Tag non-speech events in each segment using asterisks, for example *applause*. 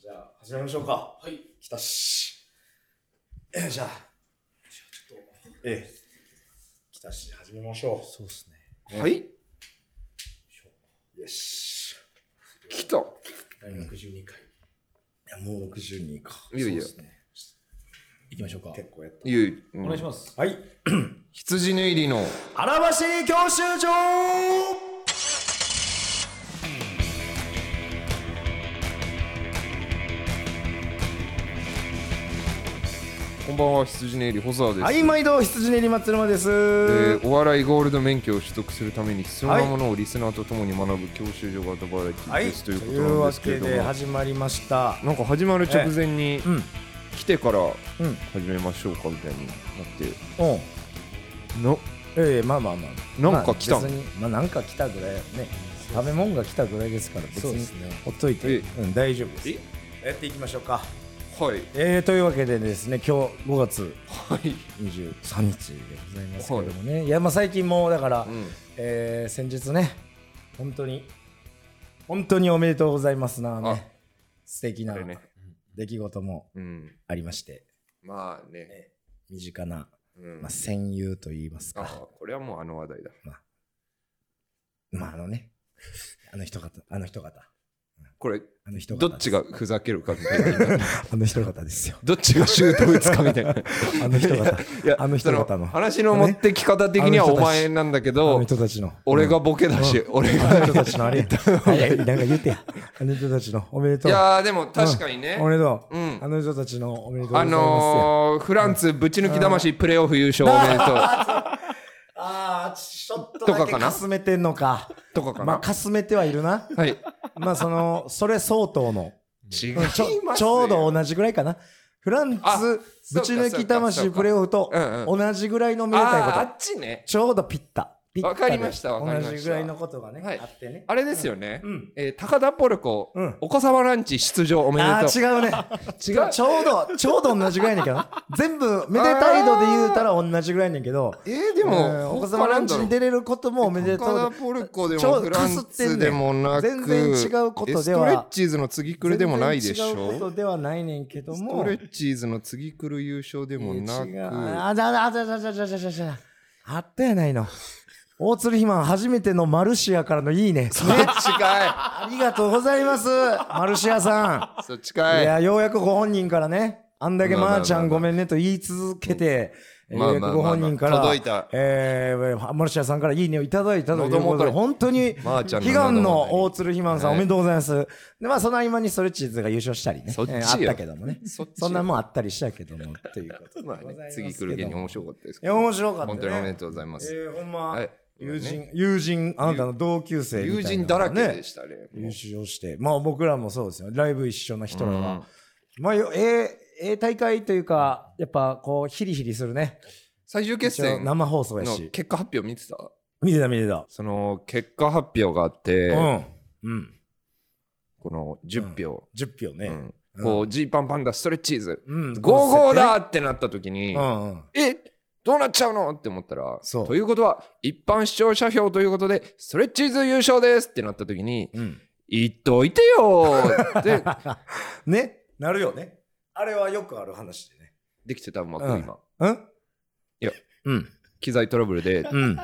じゃあ、始めましょうか。はい。ち来たし。えじゃあ、ょっと。ええ。来たし、始めましょう。そうですね。はいよし。来た第62回。いや、もう62か。いやいやそうっすねいきましょうか。結構やった。ゆい、うんお願いします。はい。羊縫いりのあらばし教習所こんばんは羊縫いり細田です、はい、毎度、羊練り松沼です。えーお笑いゴールド免許を取得するために必要なものをリスナーとともに学ぶ教習所型バラエティはーい、です、とといいうことうなんわですけれけどでも始まりました。なんか始まる直前にうん、来てからうん、始めましょうかみたいになっうん。てのええまあまあまあ。なんか来たんまあ、別にまあなんか来たぐらいね。食べ物が来たぐらいですから、別そうでにすね。ほっといて、えうん、大丈夫ですえ。やっていきましょうか。はいえー、というわけでですね今日5月はい、 23日でございますけれどもね、い、やまあ最近もうだから、うん、えー先日ね本当に本当におめでとうございますな、あね、素敵あなれね出来事もうんありましてまあね、身近な、うんまあ、戦友といいますあかこれはもうあの話題だまああのねあの人方あの人方これあの人方どっちがですふざけるかみた *laughs* いなあの人方ですよどっちがシュート打つかみたいなあの人方いやあの人方のそ話の持ってき方的にねあはの人おたち前なんだけあのど、人たちの俺がうんボケだし、俺あのが。人たちのあれや早いなんか言ってやあの人たちのおめでというやー、でも確かにね、おめでとううんあ。の人たちのおめでとうござあいますよ。のー、フランツぶち抜き魂プレーオフ優勝おめでああ、ちょっととだかけかなかすめてんのか。とう。とかかまあ、な。かすめてはいるな。はい。違まあ、その、それ相当の。いうんまちすょよちょうど同じぐらいかな。フランあツ、ぶち抜きそ魂うかそうかそうかプレーオフとうんうん同じぐらいのめでたいあーあこと。っちね。ちょうどピッタ。ピッタでわかりましたわかりました同じぐらいのことがね、はいあってね。あれですよね。うん。えー高田ポルコ、うんお子様ランチ出場おめでああ、とう。違うね。 *laughs* 違うちょうど、ちょうど同じぐらいねんけどな。 *laughs* 全部、めでたい度で言うたら同じぐらいねんけど。えー、でうんも、お子様ランチに出れることもおめでとう高田ポルコでもフランツでもなく、ちょ全然違うことではエストレッチーズの次くるでもないでし全然違うこと。ょではないねんけどストもレッチーズの次くる優勝でもな違うく、あじゃあじゃあじゃあじゃあじゃあじゃあじゃああったやないの大鶴ひまん初めてのマルシアからのいいねそれ近い。ありがとうございますマルシアさそっちん、かい、い。やようやくご本人からねあんだけまあまあままあーちゃんごめんねと言い続けて、まあようやまあくまあご本人から、届いたえーマルシアさんからいいねをいただいたということ喉元でに本当にまーちゃんの悲願の大鶴ひまんさん、はおいめでとうございます。で、まあ、その合間にストレッチーズが優勝したりね、そっちよえーあったけどもね。そっちそんなもんあったりしたけども、ということでまあございねますけど次来る芸人面白かったですいけどや、面白かった、ね。本当におめでとうございます。えー、ほんま、はい友人、友人、あなたの同級生み友たいな人のだがらね、けでしたね。優勝して、まあ僕らもそうですよ。ライブ一緒な人らうんは。まあ、よえーえー大会というか、やっぱこう、ヒリヒリするね。最終決一応戦の生放送やし。結果発表見てた見てた見てた。その結果発表があって、うん。うん。この10票、 10票うね。んこうジーパンパンダストレッチーズ、うん。ゴーゴーだってなった時に、うんうん。えどうなっちゃうのって思ったら、そうということは一般視聴者票ということで、ストレッチーズ優勝ですってなった時に、うん。言っといてよーって *laughs* *laughs* ね、なるよね。あれはよくある話でね。できてたうまくうん今、うんいや。うん。機材トラブルでうん。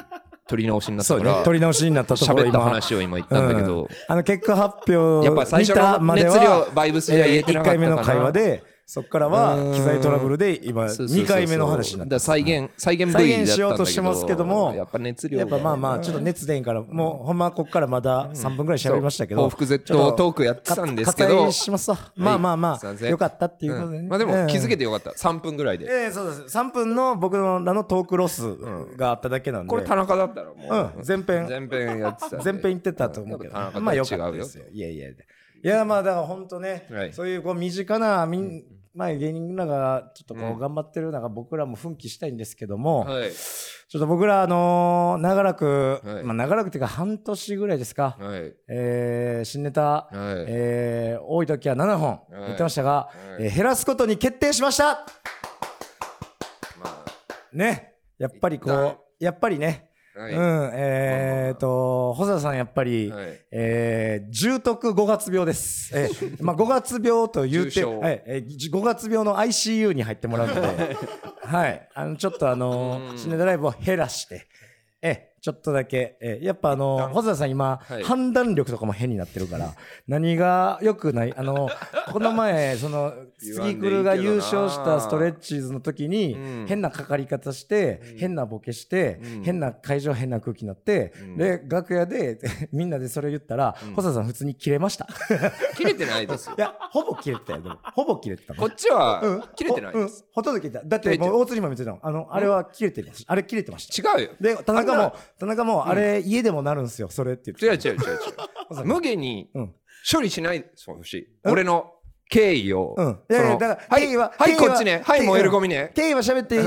取り直しになったそうかねら。。取り直しになったところ喋った今。話を今言ったんだけど、あの結果発表やっぱ最初見たのまで熱は量、バイブスえじゃ言えーてな1かっ回たか目なの会話で、そこからはうん機材トラブルで今そうそうそうそう2回目の話になった。だから再現、再現部位だったんだけ再ど現しようとしてますけどもやっぱ熱量がやっぱまあまあ、ちょっと熱出んから、もうほんまここからまだ3分ぐらい喋りましたけそどう報。復 Z トークやってたんですけかど割愛、しますわ。まあまあますいまあ、せんよかったっていうことでうね。んまあでも気づけて。てよかった。3分ぐらいで。ええ、そうです。3分の僕らのトークロスがあっただけなんで。これ田中だったらもう、うん前編前編やってたんで。全編行ってたと思うけど、うんやっぱまあよ田かった中と違うです。よ。よいやいやいや。いやまあだから本当ね、はいそういうこう身近なみん、まあ、芸人らがちょっとこう頑張ってる中、僕らも奮起したいんですけども、はい。ちょっと僕らあのー長らく、はいまあ長らくっていうか半年ぐらいですか、はい。えー新ネタ、はい。えー多い時は7本はい言ってましたが、いえー減らすことに決定しましたまあ、ねやっぱりこ一旦うやっぱりねはうい。ん、えー、と、細田さんやっぱり、はい。えー、重篤五月病です。え *laughs* ー、まあ、五月病と言う重て、症はい、えー、五月病の ICU に入ってもらうの *laughs* で、はい、あの、ちょっとあのうー、ん死ねドライブを減らして、えー、ちょっとだけ、えー、やっぱあのー、細田さん今、はい判断力とかも変になってるから、何が良くない、あのー、この前、その、言わん杉でいいけどな来が優勝したストレッチーズの時に、うん変なかかり方して、うん変なボケして、うん変な会場変な空気になって、うんで楽屋で *laughs* みんなでそれ言ったら、うん細田さん普通に切れました切れて *laughs* ないですよい。やほぼ切れてたよでもほぼ切れてたこっちうんは切れてないほ,、うでんす。、ほとんど切れてただっ切てれてるもう大鶴ひま見てたのあのあれは切れてました、あれ切れてました違うよ。で田中あんなも田中もあれ家でもなるんすよそれって言って違う違う違う違細う。田さん無限にうん処理しないでほしい。うん俺の敬意を。うんいやいやそのだからはい、敬意ははい、敬意はこっちね。はい、敬意燃えるゴミね。経緯は喋っていい、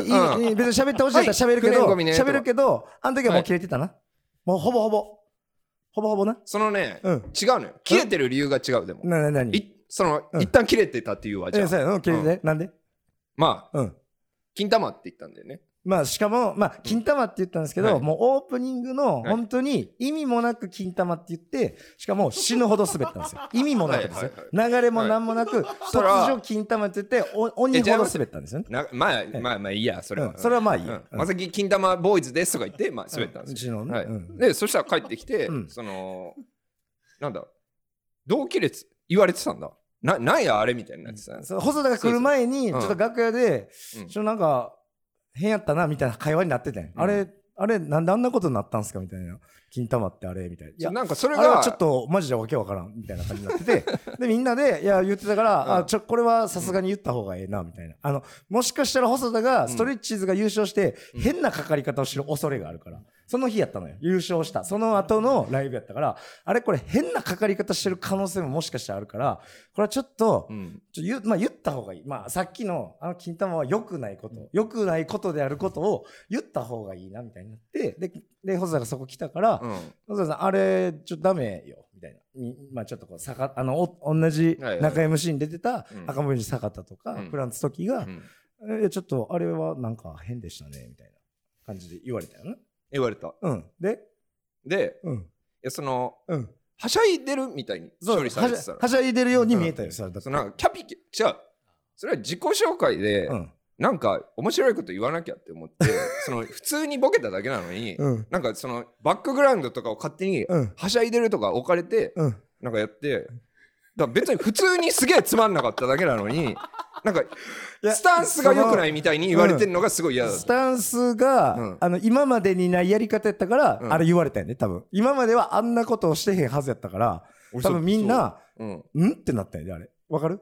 う別に喋ってほしいから喋るけはいくねどん喋ご、みねるけどあの時はもう切れてたな、もうほぼほぼほぼほぼなそのね、うん違うのよ。切れてる理由が違う、でも。なな何いその、うん一旦切れてたっていうわ、じゃえあそうやうん切れて、なんでまあ、うん金玉って言ったんだよね。まあしかも、まあ、金玉って言ったんですけど、はいもうオープニングの本当に意味もなく金玉って言って、しかも死ぬほど滑ったんですよ。意味もなくですよ *laughs* はいはい。流れもなんもなく、した *laughs* 突ら如金玉って言って、お鬼ほど滑ったんですよね。なまあ、まあまあいいや、それは。うんそれはまあいいうんうんまさき金玉ボーイズですとか言って、まあ滑ったんですよ。すよ。うちのね。はいうんで、そしたら帰ってきて、うんその、なんだ、同期列言われてたんだ。な、なんやあれみたいになってた。そう細田が来る前に、ちそょうっそうと楽屋で、うんちょっとなんか、変やったな、みたいな会話になってて、うんあれ、あれ、なんであんなことになったんすかみたいな。金玉ってあれみたいな。いやそうなんかそれあれはが、ちょっとマジでわけわからんみたいな感じになって *laughs* てでみんなでいや言ってたから、うんあちょこれはさすがに言った方がええなみたいなあのもしかしたら細田がストレッチーズが優勝して、うん変なかかり方を知る恐れがあるからその日やったのよ優勝したその後のライブやったからあれこれ変なかかり方してる可能性ももしかしたらあるからこれはちょっと,、うん、ちょ言うまあ、言った方がいい、まあ、さっきのあの金玉は良くないこと良くないことであることを言った方がいいなみたいになってでで細田がそこ来たから、うんそうそうそうあれ、ちょっとダメよ、みたいな。にまあちょっとこう、さか、あの、お同じはいはい中 MC に出てたうん赤森坂田とか、うんフランツ時うが、んえ、ちょっとあれはなんか変でしたね、みたいな感じで言われたよね。言われた。うん。で、で、うん。いやその、うん。はしゃいでるみたいにそう、処は理しさゃれてたらはしゃいでるように見えたよ、それだそのなんかキャピキ違うそれは自己紹介で、うん。なんか面白いこと言わなきゃって思って *laughs* その普通にボケただけなのに、うん。なんかそのバックグラウンドとかを勝手にうん。はしゃいでるとか置かれて、うん。なんかやってだから別に普通にすげえつまんなかっただけなのになんかいや。スタンスが良くないいみたいに言われてるのがすごい嫌だっスた、タンスが、うんあの、今までにないやり方やったから、うんあれ言われたよね、多分。今まではあんなことをしてへんはずやったから、俺そ多分みんな、そううんんってなったよね、あれ。わかる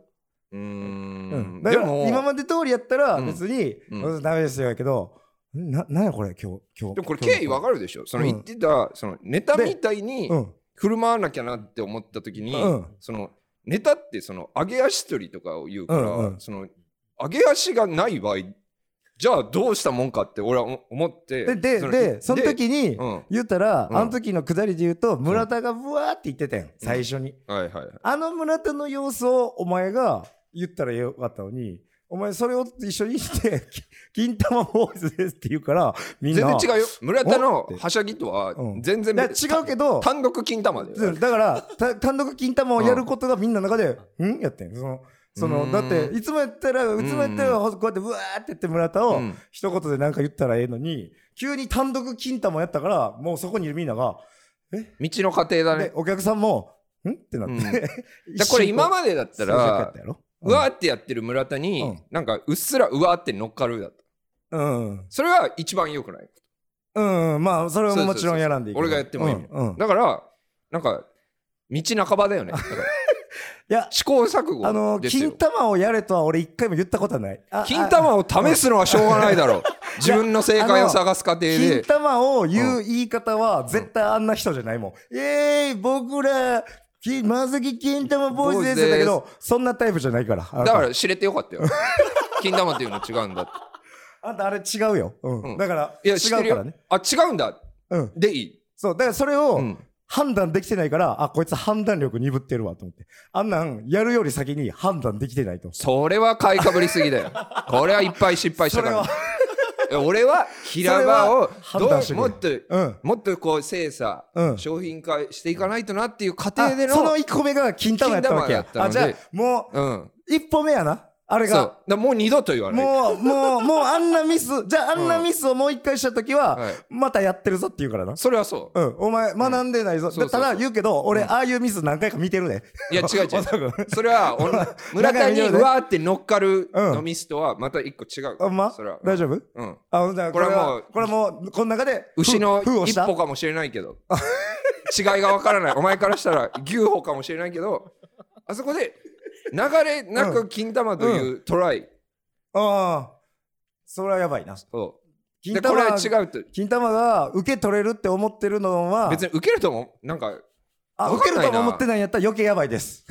うーうんんだでからも今まで通りやったらうん別に、うダメですよやけどななんやこれ今日今日でもこれ経緯わかかるでしょそのうん言ってたそのネタみたいにうん振る舞わなきゃなって思った時に、うんそのネタってその上げ足取りとかを言うから、うんうんその上げ足がない場合じゃあどうしたもんかって俺は思思ってででそのでその時にうんはい言ったら、うんあの時のくだりで言うと村田がブワーって言ってたやん最初に、はいはいあの村田の様子をお前が言ったらよかったのにお前それを一緒にして *laughs* 「金玉ボーイズです」って言うからみんな全然違うよ村お田っのてはしゃぎとはうん全然いや違うけど単独金玉だうよんだからた単独金玉をやることがみんなの中で「ん?」やってんそのそうのんだっていつもやったらいつもやったらこうやってうわーってやって村田をうん一言で何か言ったらええのに急に単独金玉やったからもうそこにいるみんなが道の過程だでねお客さんも「ん?」ってなって、 *laughs* うん一だ瞬これ今までだっうた静寂やっらたやろうわーってやってる村田に、うんなんかうっすらうわーって乗っかるだったうんうんそれは一番良くないうん、うん、まあそれはもちろんやらんでいいけどそうそうそうそう俺がやってうんうん、いだからなんか道半ばだよねだからや試行錯あの誤ですよ金。玉をやれとは俺一回も言ったことはないああ金玉を試すのはしょうがないだろう。自分の正解を探す過程金で。玉を言う言い方は絶対あんな人じゃないもん。えーい、僕ら、きまずき金玉ボーイズですだけど、そんなタイプじゃないから。あだなたから知れてよかったよ。金玉っていうの違うんだっあんたあれ違うよ。うん。うんだから、て。いや、違知ってるうからよね。。あ、違うんだ。うん。でいい。そう。だからそれをうん判断できてないから、あ、こいつ判断力鈍ってるわと思って。あんなん、やるより先に判断できてないと。 *laughs* それは買いかぶりすぎだよ。これはいっぱい失敗しそたれかはら。俺は平場をそれは判ど断してうくもれっと、うんもっとこう精査、うん商品化していかないとなっていう過程であのその1個目が金玉やったわけや金。玉やあ、っじたのゃであ、もうんう、1歩目やな。あれそうがだ。からもう二度と言わないもう、もう、もうあんなミス、じゃああんなミスをもう一回したときは、はいまたやってるぞって言うからな。それはそううん、お前学んでないぞ。そうそうそうただ言うけど、俺、ああいうミス何回か見てる *laughs* で。 *laughs* いや違う違おそうらくそれはお村田に *laughs* 中身上うでわーって乗っかるうんのミスとはまた一個違う、あんまそれは大丈夫うんあ、ほんじゃあここれれははもう、これはもう、この中で、牛の封をし一た歩かもしれないけど違いがわからないお前からしたら牛歩かもしれないけどあそこで流れなく金玉というトライああ、それはやばいな。を、金でこ玉れはが、違うと金玉が受け取れるって思ってるのは、別に受けるともなんかあ、わ受けかんるないなとも思ってないんやったら余計やばい *laughs* です。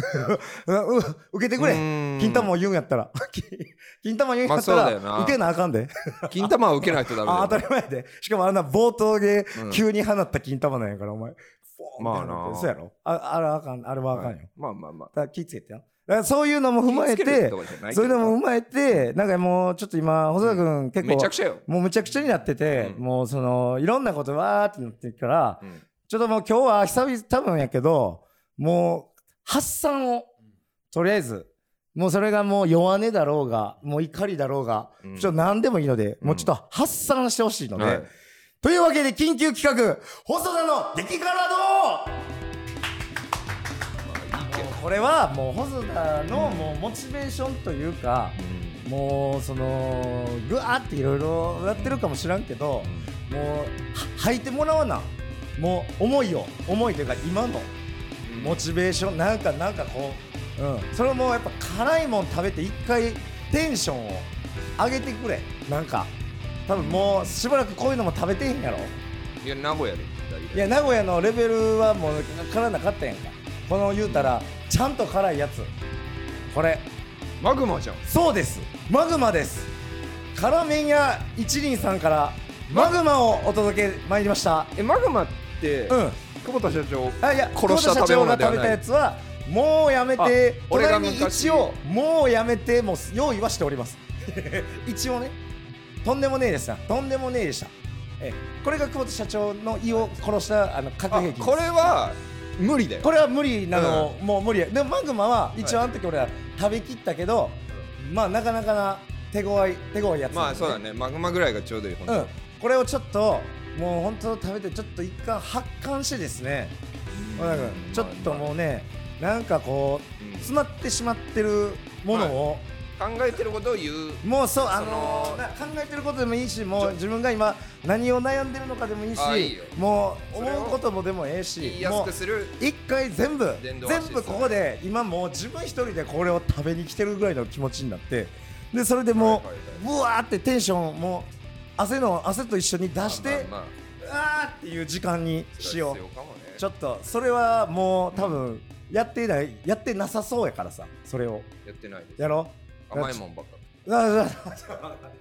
う受けてくれ。金金玉を言うんやったら。 *laughs* 金玉を言うんやったまあらそうだよ、な受けなあかんで。金玉は受けないとダメだよあ、当たり前やで。しかもあんな冒頭でうん急に放った金玉なんやから、お前。ポーンってまあなそうやろあ、あれはあかん、あれはあかんよ。だまあまあまあから気ぃつけてな。だからそういうのも踏まえ気をつけるてと、かじゃないけそどういうのも踏まえて、なんかもうちょっと今、細田君結めちゃ構く、ちゃよ、もうむちゃくちゃになってて、うんもうその、いろんなことわーってなってるから、うんちょっともう今日は久々多分やけど、もう発散を、とりあえず、もうそれがもう弱音だろうが、もう怒りだろうが、うんちょっと何でもいいので、うんもうちょっと発散してほしいので、はいというわけで緊急企画、細田の激辛道これはもう細田のもうモチベーションというか、もうそのぐわーっていろいろやってるかもしらんけどもうは吐いてもらわなもう思いを思いというか今のモチベーションなんかなんかこう、うん、それもやっぱ辛いもん食べて一回テンションを上げてくれなんか多分もうしばらくこういうのも食べてへんやろいや名古屋で大体いや名古屋のレベルはもう辛なかったやんかこの言うたらちゃんと辛いやつこれマグマじゃんそうですマグマです辛麺屋一輪さんからマグマをお届けまいりましたえマグマって、うん久保田社長あいや殺した食べ久保田社長物ではが食べたなやいつはもうやめてあ俺が隣に昔一応もうやめてもう用意はしております *laughs* 一応ねとんでもねえですなとんでもねえでしたええこれが久保田社長の胃を殺したあの核あ兵器ですこれは無理だよこれは無理なの、もう無理やでもマグマは一応あの時俺は食べきったけど、まあなかなかな手強い手強いやつまあそうだねねマグマぐらいがちょうどいい、本当うんこれをちょっともう本当食べてちょっと一貫発汗してですね、小田君ちょっともうねなんかこう、うん詰まってしまってるものを、考えてることを言うもうそうあそののな考えてることでもいいしもう自分が今何を悩んでるのかでもいいしあいいよもうそれを思うこともでもええし言いやすもうくする一回全部全電動アシスト部ここで今もう自分一人でこれを食べに来てるぐらいの気持ちになってでそれでもうぶわーってテンションもう汗の汗と一緒に出してまあまあまうわーっていう時間にあしよ必要うかもねちょっとそれはもう多分やってないやってなさそうやからさそれをやってないですやろう甘いもんばっかう *laughs* あ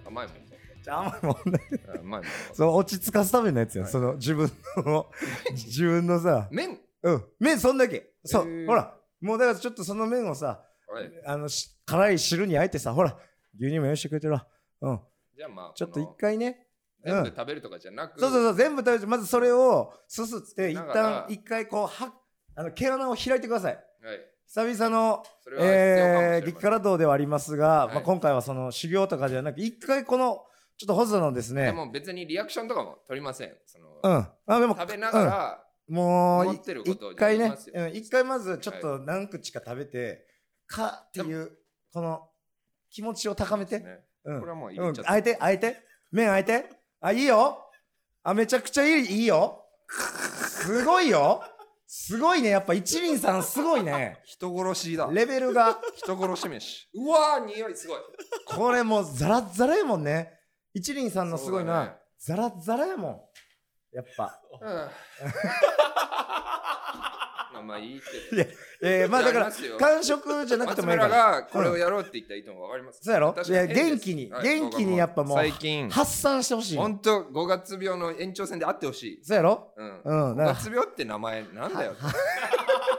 甘 *laughs* いもんばじゃあ甘いもんねっか甘いもんばっかその落ち着かすためのやつよ、はいその自分の *laughs* 自分のさ麺うん麺そんだけそう、へーほらもうだからちょっとその麺をさはいあのし辛い汁にあえてさほら牛乳も用意してくれてるわうんじゃあまあちょっとこ一の回ねう全部ん食べるとかじゃなくそうそうそう全部食べてまずそれをすすって一だから旦一回こうはあの毛穴を開いてくださいはい久々のそれは必要かもしれませえんー、激辛道ではありますが、はいまあ、今回はその修行とかではなく一回このちょっと細田のですでねも別にリアクションとかも取りませんそのうんあでも食べながらもう思いってるこ一とを回やねりますようん一回まずちょっと何口か食べてかっていうこの気持ちを高めて、ねうんこれはもう入うれん、ちゃ開いて、開いて。麺開いて。あ、いいよ。あ、めちゃくちゃいいいいよ。すごいよ。すごいね。やっぱ一輪さんすごいね。人殺しだレベルが。人殺 *laughs* し飯うわー匂いすごいこれもうザラッザラやもんね。一輪 *laughs* さんのすごいそうだなね。ザラッザラやもん。やっぱ。うんまあまあいいけいどや、えー、まあだかやりらます、よ感触じゃなくて松もいい村から。がこれをやろうって言った意図もわかりますそうやろ確いかや、変です元気に、はい元気にやっぱもう、最近発散してほしい。本当五月病の延長線であってほしいそうやろうんうん五だから月病って名前なんだよ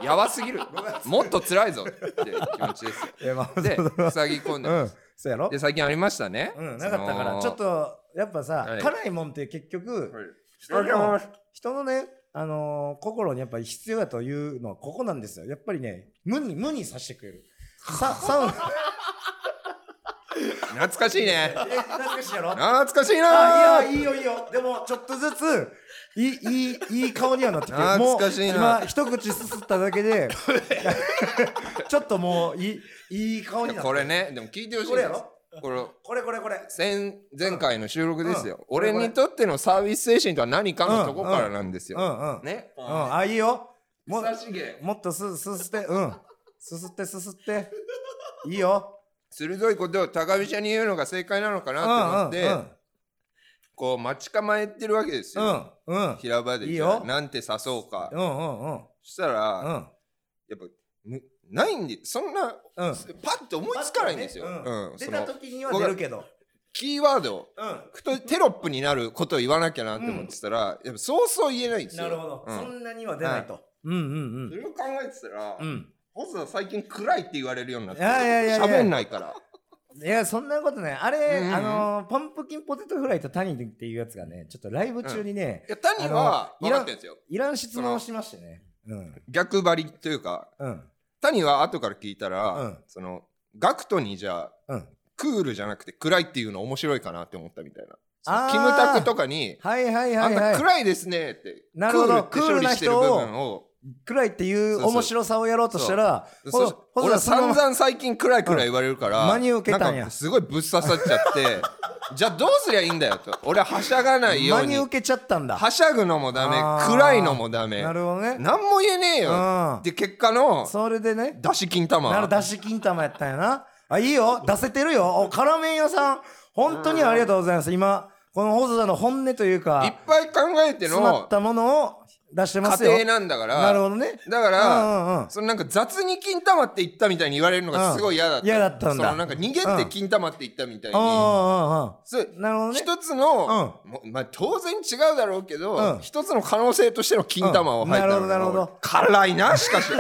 やばすぎるもっと辛いぞっていう気持 *laughs* ちですよいや、まあ、でそう塞ぎ込んでうまんす。そうやろで最近ありましたねうん、なかったから、そのちょっと、やっぱさ、はい辛いもんって結局、人わかりまの人のね、あのー心にやっぱり必要だというのはここなんですよ。やっぱりね、無に、無にさせてくれる。さ、サウナ、懐かしいね。え、懐かしいやろ懐かしいなあいや、いいよ、いいよ。でも、ちょっとずつ、いい、いい、いい顔にはなってきてる。も懐う、かしいな今、一口すすっただけ *laughs* で、ちょっともう、いい、いい顔になってこれね、でも聞いてほしいこれやですろこれ、これこれこれ。先前回の収録ですよ、うん俺にとってのサービス精神とは何かのとこからなんですうよ、んうん。うん、ね、あ、いいよ。もう、親しげもっとす、すすって、うん。すすって、すすって。いいよ。鋭いことを高飛車に言うのが正解なのかうなんと思って、うんこう待ち構えてるわけですうよ、ん。うんうん。平場でいいよなんて誘そうか、うんうんうん。そしたら、うやっん。ぱむないんでそんなうん。パッと思いつかないんですよ、パッとうねん出そたの時には出るけど。キーワードうふとテロップになることを言わなきゃなって思ってたら、やっぱそうそう言えないんでん。すよなるほど。うんそんなには出ないと。うんうんそれを考えてたら、うん。うん。細田最近暗いって言われるようになっていやいやいやいや喋んないからいや、そんなことない。あれ、うんうんあのー、パンプキンポテトフライとタニーっていうやつがね、ちょっとライブ中にねい、や谷はあの分かってるんですよいらん質問をしましてね。うん。逆張りというかうん。谷は後から聞いたら、うんそのガクトにじゃあうん。クールじゃなくて暗いっていうの面白いかなって思ったみたいなそあのーキムタクとかにはいはい「あはいんはたい。暗いですね」ってなるほどクールって処理してる部分を暗いっていう面白さをやろうとしたら、そしほ俺は散その々最近暗い暗い言われるから、うん真に受けたんやなかすごいぶっ刺さっちゃって *laughs* じゃあどうすりゃいいんだよと俺ははしゃがないよう真にに受けちゃったんだ。はしゃぐのもダメあー暗いのもダメなるほどね。何も言えねえようで結果のん。それでね、出し金玉なる出し金玉やったんやな。あ、いいよ。出せてるよ。お、辛麺屋さん、本当にありがとうございます。今、この細田の本音といういっか、ぱい考えて詰まのったものを出してま家すよ。庭なんだからなるほどね。だかうら、んうんうん。そのなんか雑に金玉って言ったみたいに言われるのがすごい嫌だった、うん嫌だったんだそのなんか逃げて金玉って言ったみたいに、うんうんうんそううん。なるほどね。一つの、もうまあ、当然違うだろうけど、うん一つの可能性としての金玉を入ったのが、うんなるほどなるほど辛いなしかし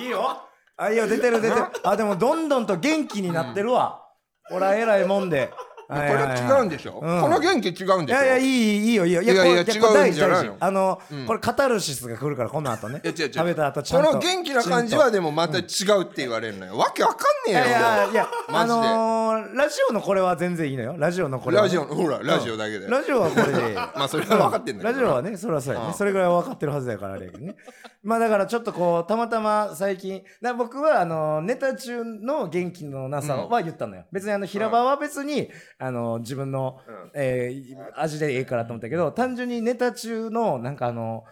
いいよ。あ、いいよ、出てる出てる。あ、でもどんどんと元気になってるわ。ほら、偉いもんで。ここれ違うんでしょ、このい元気違うんでしょやいや、いい、いいよ、いいよ。いやいやこれ違これうんじゃない大事大の事あのうん、これカタルシスが来るから、この後ね。いや違う違う食べた後、ちゃこんと。の元気な感じはでもまた違うって言われるのよ。わけわかんねえいよやいやいや、マあジのでー、ラジオのこれは全然いいのよ。ラジオのこ俺れはラね。ジオ、ほら、ラジオだけで。ラジオはこれでいい。ま *laughs* あ、それは分かってんだけど。ラジオはねそれはそうやね、うんそれぐらいは分かってるはずやからあれやけどねまあだからちょっとこうたまたま最近だ僕はあのネタ中の元気のなさは言ったのよ、別にあの平場は別に、あの自分の、うんえー味でええからと思ったけど単純にネタ中のなんかあの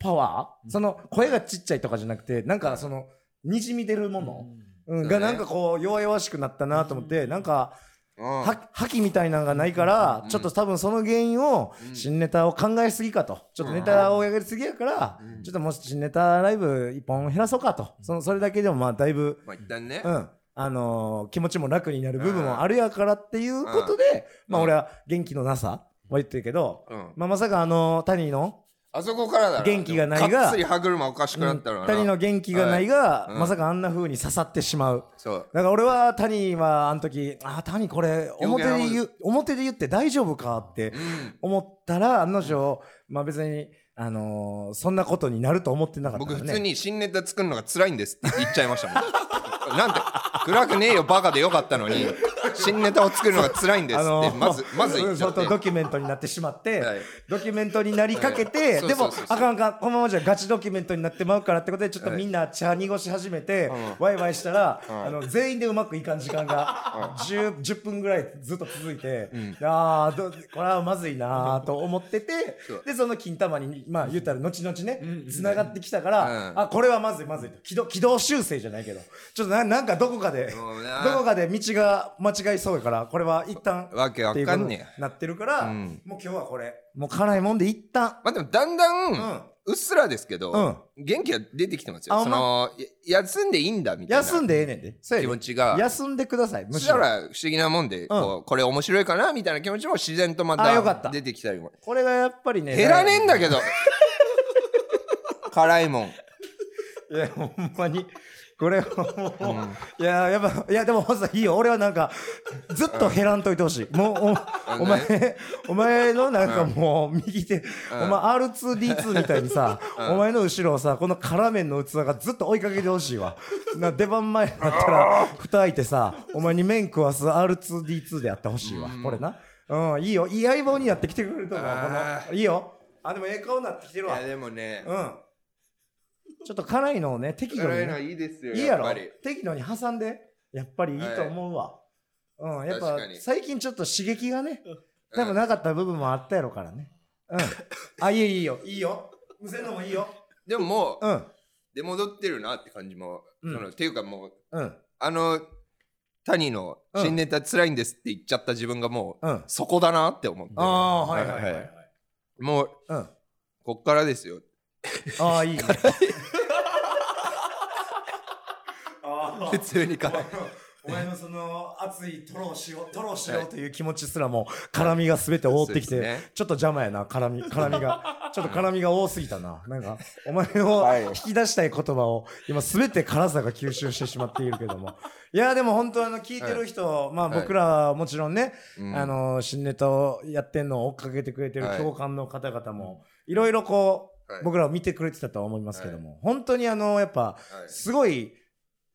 パワーその声がちっちゃいとかじゃなくてなんかそのにじみ出るもの、うんそうねがなんかこう弱々しくなったなと思って、なんかうんは覇気みたいなのがないから、うんちょっと多分その原因をうん新ネタを考えすぎかとちょっとネタをやりすぎやから、うんちょっともう新ネタライブ一本減らそうかとそのそれだけでもまあだいぶ、まあ、一旦ねう。んあのー気持ちも楽になる部分もあるやからっていうことで、うんまあうん俺は元気のなさは言ってるけど、うん。まあ、まさかあのー谷のあそこからだろ。元気がないがかっつり歯車おかしくなったのうかんな谷の元気がないが、うんまさかあんな風に刺さってしまう。そう。だから俺は谷はあの時ああ谷これ表余計なことで言う表で言って大丈夫かってうん。思ったら案の定、まあ、別に、あのーそんなことになると思ってなかった僕、から普ね通に新ネタ作るのが辛いんですって言っちゃいましたもん。なんて、暗くねえよ、バカでよかったのに、新ネタを作るのが辛いんですって、ーまず、まず言っちゃってそう。ドキュメントになってしまって、はいドキュメントになりかけはて、いそうでそうもそうそうあかんあかんこのままじゃガチドキュメントになってまうからってことでちょっとはいみんな茶濁し始めて、うんワイワイしたら、んあの全員でうまくいかん時間が 10, 10分ぐらいずっと続いて、うんああこれはまずいなーと思っててそうでその金玉にまあ言ったら後々ねつながってきたから、うんあこれはまずいまずいと軌道軌道修正じゃないけどちょっとななんかどこかで。もうどこなかで道が間違いそうやからこれは一旦わけわっていうかことんにねえ。なってるから、うんもう今日はこれもう辛いもんで一旦まあ、でも、だんだ、うんんうっすらですけど、うん元気が出てきてますよ。あそのや休んでいいんだみたいな休んでええねんでそうや気で持ちが。休んでくださいそむししたろら不思議なもんで、こうこれ面白いかなみたいな気持ちも自然とまあよかったた出てきたりも。これがやっぱりね減らねえん *laughs* だけど辛いもん。いやほんまにこれをもう、いややっぱいやでもホズさんいいよ俺はなんかずっと減らんといてほしいもうおお前お前のなんかもう右手、お前 R2D2 みたいにさ、お前の後ろをさこの辛麺の器がずっと追いかけてほしいわな出番前になったら蓋開いてさお前に麺食わす R2D2 でやってほしいわ、これなうんいいよいい相棒にやってきてくれると思うあこのいいよあでもええ顔になってきてるわでもねうん。ちょっと辛いのをね、 *laughs* 適度に辛いね、のはいいですよいいやろっぱり適度に挟んで、やっぱりいいと思うわ。うん、やっぱ確かに最近ちょっと刺激がね、うん多分なかった部分もあったやろからね。 *laughs* うん。あ、いいよいいよ、いいよ。むせんのもいいよ。でももううん、出戻ってるなって感じもそうんのっていうかもううん、あの谷の新ネタ辛いんですって言っちゃった自分がもううん。あそこだなって思ってあー、はいはいはい。もううん。あこっからですよあ、いいね。 *laughs* あ *laughs* 普通に辛いお前のその熱いトローしよう、トローしようという気持ちすらも、辛みが全て覆ってきそうてで、すねちょっと邪魔やな、辛み、 *laughs* 辛みが。ちょっと辛みが多すぎたな。なんか、お前はをい引き出したい言葉を、今全て辛さが吸収してしまっているけども。いや、でも本当あの、聞いてる人、まあはい僕らはもちろんね、うんあの、新ネタをやってんのを追っかけてくれてるはい共感の方々も、いろいろこはう、い僕らを見てくれてたとは思いますけども、本当にあの、やっぱ、はいすごい、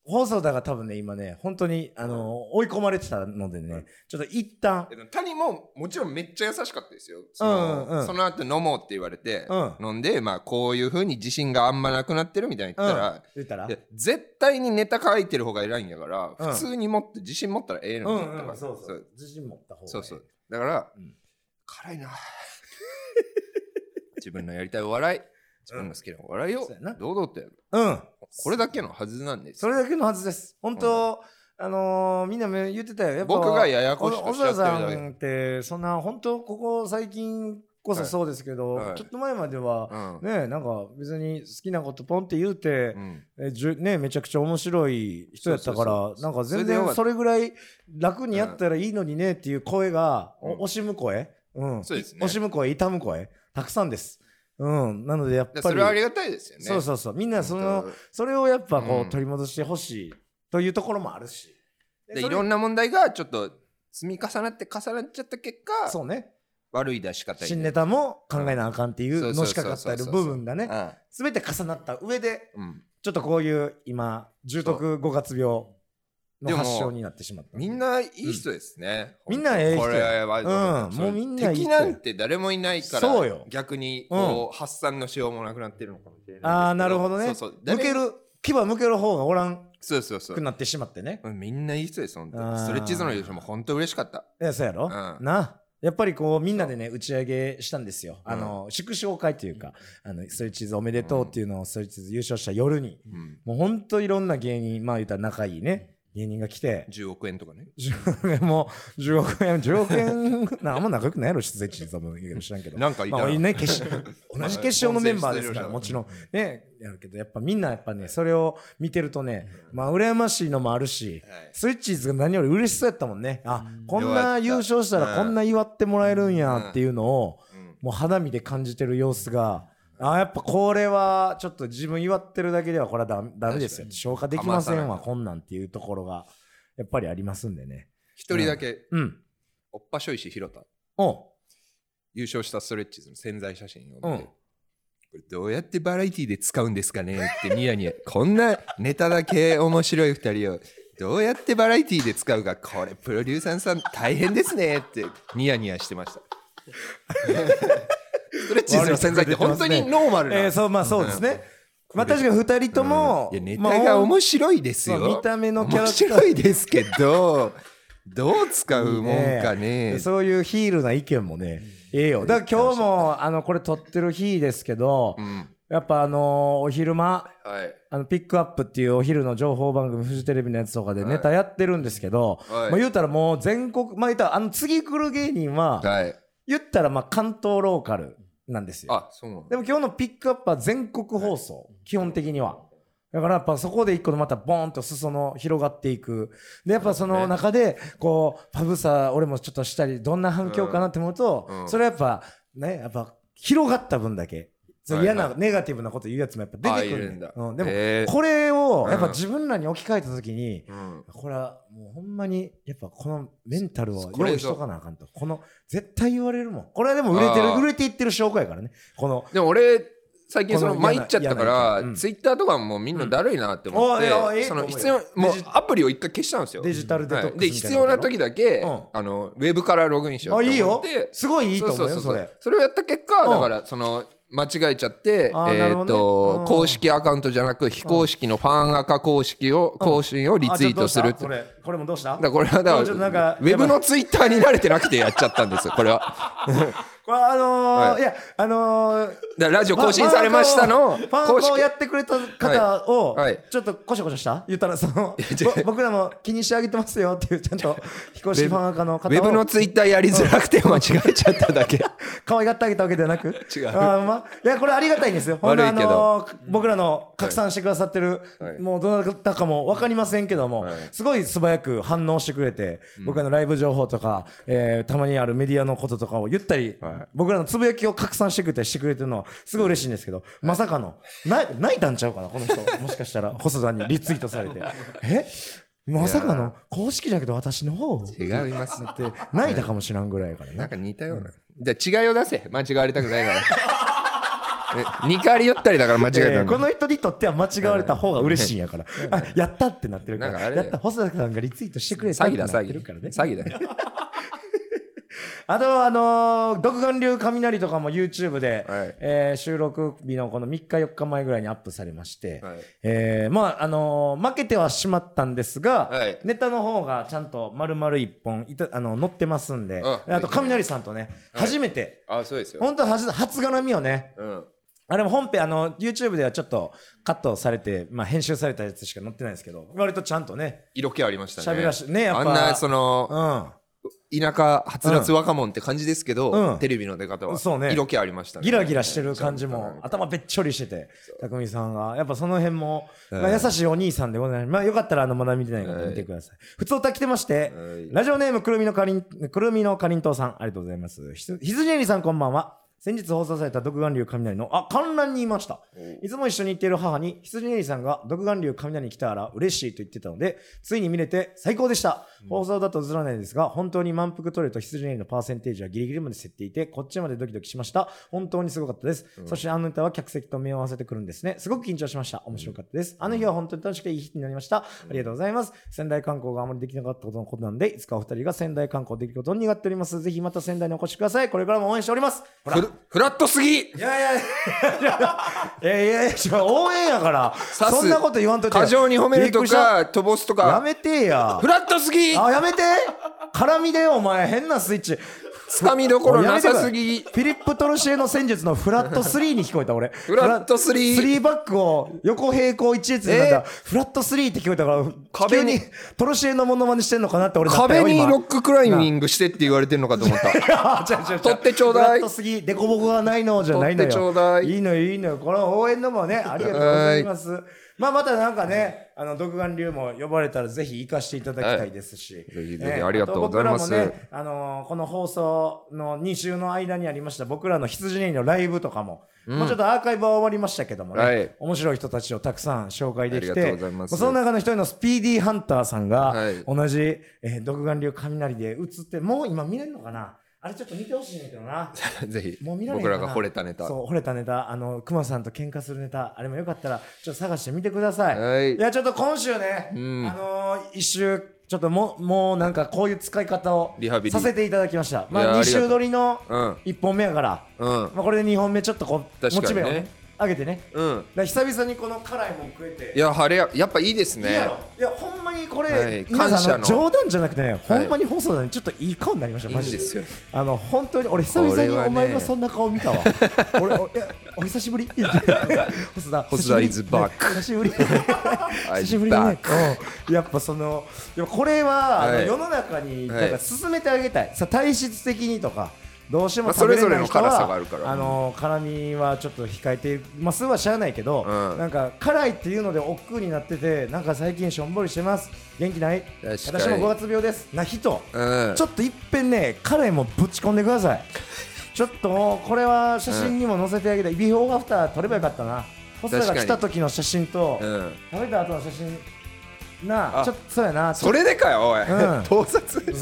放送だが多分ね、今ね、本当に、あの、追い込まれてたのでね、ちょっと一旦、でも谷ももちろんめっちゃ優しかったですよ。そうんの,、うんうんその後飲もうって言われて、うん飲んで、まあ、こういう風に自信があんまなくなってるみたいに言ったら、言ったらいや絶対にネタ書いてる方が偉いんやから、うん普通に持って自信持ったらええのうにん、うん、そうそそうう。自信持った方がいい。そうそうだから、うん辛いな *laughs* 自分のやりたいお笑い自分の好きなお笑いをそうやな堂々とやるうん。これだけのはずなんですそれだけのはずです。本当、あのー、みんなも言ってたよ。やっぱ僕がややこし小くしちゃ沢っさてるだけ、うんって、そんな、本当、ここ最近こそそうですけど、はいはいちょっと前までは、んね、なんか別に好きなことポンって言うて、うんえじゅね、めちゃくちゃ面白い人やったかそうそうら、そうなんか全それでよかっ然たそれぐらい楽にやったらいいのにねっていう声が、うんお惜しむ声、うん、そうですね惜しむ声、痛む声、たくさんです。うん、なのでやっでぱそりれ、はありがたいですよねそうそうそう、みんなその、それをやっぱこう取り戻してほしいというところもあるし。でいろな。んな問題がちょっと積み重なって重なっちゃった結果そうね。悪い出し方に新ネタも考えなあかんっていそううそのうしそかうそうかったる部分がね、ああすべて重なった上で、うんちょっとこういう今、重篤五月病のでも発症になってしまった。みんないい人ですね、うんみ本当んなええ人これはうんそもうみんないい人敵なんて誰もいないからそうよ逆にこう、発散のしようもなくなってるのかもしれないですけどあーなるほどねそうそう向け誰もる、牙向ける方がおらんそうそうそくうなってしまってね。うんみんないい人です本当あーにストレッチーズの優勝も本当嬉しかったいや、そうやろ、うんな。やっぱりこうみんなでね打ち上げしたんですよ、うんあの祝勝会というか、あのストレッチーズおめでとうっていうのをストレッチーズ優勝した夜に、うんもうほんといろんな芸人、まあ言ったら仲いいね、芸人が来て、 10億円とかね10もう10億円、10億円、なあんま仲良くないやろ、出演地多分言うけど知らんけど。なんかいたまら、あね、 *laughs* 決勝同じ決勝のメンバーですから、うんもちろん。ね、やるけど、やっぱみんなやっぱね、それを見てるとね、まあ羨ましいのもあるし、はいスイッチーズが何より嬉しそうやったもんね。あ、こんよかなった優勝したらこんな祝ってもらえるんやっていうのを、うんもう肌身で感じてる様子が、あやっぱこれはちょっと自分祝ってるだけではこれはダメダメですよ確か。に消化できませんかまわ、さないこんなんっていうところが、やっぱりありますんでね。一人だけうん。おっぱしょいしひろたおう優勝したストレッチーズの潜在写真うを、見んてこれどうやってバラエティで使うんですかねってニヤニヤこんなネタだけ面白い2人をどうやってバラエティで使うかこれプロデューサーさん大変ですねってニヤニヤしてました *laughs* ストレッチーズの潜在って本当にノーマルな、えー、そう、まあそうですね。まあ確かに二人とも、いやネまあタが面白いですよ、まあ見た目のキャラクター面白いですけどどう使うもんかねそういうヒールな意見もね、ええよ。だから今日も、あの、これ撮ってる日ですけどう、んやっぱあのー、お昼間、はいあの、ピックアップっていうお昼の情報番組、フジテレビのやつとかでネタやってるんですけど、はいまあ言うたらもう全国、まあ言うたら、あの、次来る芸人は、はい言ったらまあ関東ローカルなんですよ。あそうなんだでも今日のピックアップは全国放送、基本的には。だからやっぱそこで一個のまたボーンと裾野広がっていく。で、やっぱその中で、こう、パブさ、俺もちょっとしたり、どんな反響かなって思うと、うんうんそれはやっぱ、ね、やっぱ広がった分だけ、そうはいは嫌いなネガティブなこと言うやつもやっぱ出てくあいるるんだうん、でも、へーこれをうんやっぱ自分らに置き換えた時に、うんこれはもうほんまにやっぱこのメンタルをこれ用意しとかなあかんとこの絶対言われるもんこれはでも売れてるあー売れていってる証拠やからねこのでも俺最近そのこの参嫌なっちゃった嫌かな意ら見うんツイッターとかもみんなだるいなって思っうんおいおいえてえそとの思うよ必要もうデジアプリを一回消したんですよデジタルデトッはクスいみたいなで必要な時だけうんあのウェブからログインしようあといい思っよてすごいいいと思うそようそそうれそれをやった結果うんだからその間違えちゃってえあーなるーほっどねうんと公式アカウントじゃなく非公式のファンアカ公式を更新をリツイートするあっちょっとてどうしたこれこれもどうしただからこれはだもうちょっとなんからかウェブのツイッターに慣れてなくてやっちゃったんですよこ *laughs* れはこれあのーはいい、やあのーだからラジオ更新されましたのファン公を式やってくれた方をはいはいちょっとコショコショした言ったらその違うぼ僕らも気にしてあげてますよっていうちゃん *laughs* と非公式ファンアカのウ方をェブのツイッターやりづらくて間違えちゃった *laughs* だけ可愛がってあげたわけではなく違うあー、ま、いやこれありがたいんですよほんで悪いけどあのー僕らの拡散してくださってる、はいもうどなたかも分かりませんけども、はいすごい素早く反応してくれて、僕らのライブ情報とか、えーたまにあるメディアのこととかを言ったり、はい僕らのつぶやきを拡散してくれたりしてくれてるのはすごい嬉しいんですけど、まさかのな泣いたんちゃうかなこの人 *laughs* もしかしたら細田にリツイートさ *laughs* れてえまさかいやの公式じゃなくて私の方違いますって泣いたかもしらんぐらいやからなんねか似たようなじゃあ違いを出せ間違われたくないからえ似返り寄ったりだから間違ええたーんこだの人にとっては間違われた方が嬉しいんやから、あやったってなってるかなんらかあれだやよった細田さんがリツイートしてくれたっ詐欺てなだって詐るから欺ね詐欺 *laughs* だよあとはあのー独眼竜雷とかも YouTube で、はいえー収録日のこの3日4日前ぐらいにアップされまして、はいえーまああのー負けてはしまったんですが、はいネタの方がちゃんと丸々1本いたあの載ってますんでああと雷さんとね、はい初めてあそうですよ本当は初初絡みをねうんあれも本編あの YouTube ではちょっとカットされて、まあ、編集されたやつしか載ってないですけど割とちゃんとね色気ありましたね喋らしねやっぱあんなその田舎はつらつ若者って感じですけうどんテレビの出方はそうね色気ありましうたん、ねギラギラしてる感じちゃんもと頭べっちょりしてて匠さんがやっぱその辺も、はいまあ、優しいお兄さんでございます、まあ、よかったらあのまだ見てない方見てください、普通歌来てまして、はいラジオネームくるみのかりんくるみのかりんとうさんありがとうございますひつひずじえりさんこんばんは先日放送された独眼竜雷のあ観覧にいましたいつも一緒に行っている母に羊ねりさんが独眼竜雷に来たら嬉しいと言ってたのでついに見れて最高でした放送だとずらないですが本当に満腹取れると羊ねりのパーセンテージはギリギリまで競っていてこっちまでドキドキしました本当にすごかったです、そしてあの歌は客席と目を合わせてくるんですねすごく緊張しました面白かったです、あの日は本当に楽しくていい日になりましたありがとうございます仙台観光があまりできなかったことのことなんでいつかお二人が仙台観光できることを願っておりますぜひまた仙台にお越しくださいこれからも応援しておりますほらフルフラットすぎいやいやいやいやいやいや応援やからすそんなこと言わんといて過剰に褒めるとびっくりしたか飛ばすとやかめてやフラットすぎあやめて絡みでよお前変なスイッチつかみどころやなめてくさだすぎフィリップ・トルシエの戦術のフラット3に聞こえた俺フラットスリーフラスリーバックを横平行一列になんだフラット3って聞こえたから壁に急にトルシエのモノマネしてんのかなって俺なったよ壁に今ロッククライミングしてって言われてるのかと思った。 *laughs* *laughs* 取ってちょうだいフラットすぎ、デコボコがないのじゃないのよ。取ってちょうだいいいのよ、いいのよ。この応援のも *laughs* ね、ありがとうございます。まあ、またなんかね、あの、独眼竜も呼ばれたらぜひ行かしていただきたいですし。ぜひぜひねありがとうございますあと僕らもね、あのーこの放送の2週の間にありました、僕らの羊ねぎのライブとかも、もうちょっとアーカイブは終わりましたけどもね、はい面白い人たちをたくさん紹介できありがとて、うございますもうその中の一人のスピーディーハンターさんが、はい同じ、えー独眼竜雷で映って、もう今見れるのかなあれちょっと見てほしいんだけどな。ぜひもう見られへん僕からなが惚れたネタ。そう惚れたネタあのクマさんと喧嘩するネタあれもよかったらちょっと探してみてください、はいやちょっと今週ね、んあのー一週ちょっともうもうなんかこういう使い方をリハビリさせていただきましたいやまあ二ありがとう週撮りのうん一本目やから、うんまあ、これで二本目ちょっとこう、確かにねモチベをね上げてねだかうん。ら久々にこの辛いもん食えていや晴れややっぱいいですいいやね。ろいやほんまにこれ、はい皆さんあ感謝の冗談じゃなくてね、ほんまに放送だねちょっといい顔になりましたいいんマジですよ。あの本当に俺久々こにれはねお前のそんな顔見たわ。俺おいやお久しぶり。 *laughs* 細田細田 is back 久しぶ *laughs* り。久しぶり is ね。うんやっぱそのでもこれは、あのはい世の中にはいなんか進めてあげたい。さ体質的にとか。どうしてまもあそ食べれぞれなれのい人は、辛さがあるからあの辛みはちょっと控えてますはしゃあないけど、うんなんか辛いっていうので億劫になっててなんか最近しょんぼりしてます元気ない確かに私も5月病ですな人うんちょっといっぺんね、彼もぶち込んでください。ちょっともうこれは写真にも載せてあげたい、ビフォーアフター撮ればよかったな細田確かがに来た時の写真と、うん食べた後の写真なああちょっとそうやなそれでかよおい、うん *laughs* 盗撮え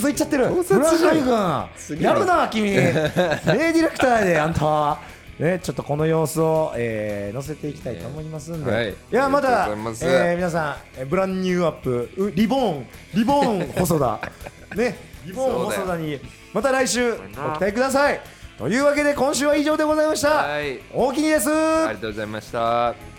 そう言っちゃってる盗撮村じゃん上す君げえやるな *laughs* 君レイディレクターであんたね、ちょっとこの様子を、えー、載せていきたいと思いますんで、はいい、やまあだりがとうございますえー皆さんえーブランニューアップうリボーンリボーン細 *laughs* 田ねリボーン細田にまた来週お期待くださいというわけで今週は以上でございました、はい大きにですありがとうございました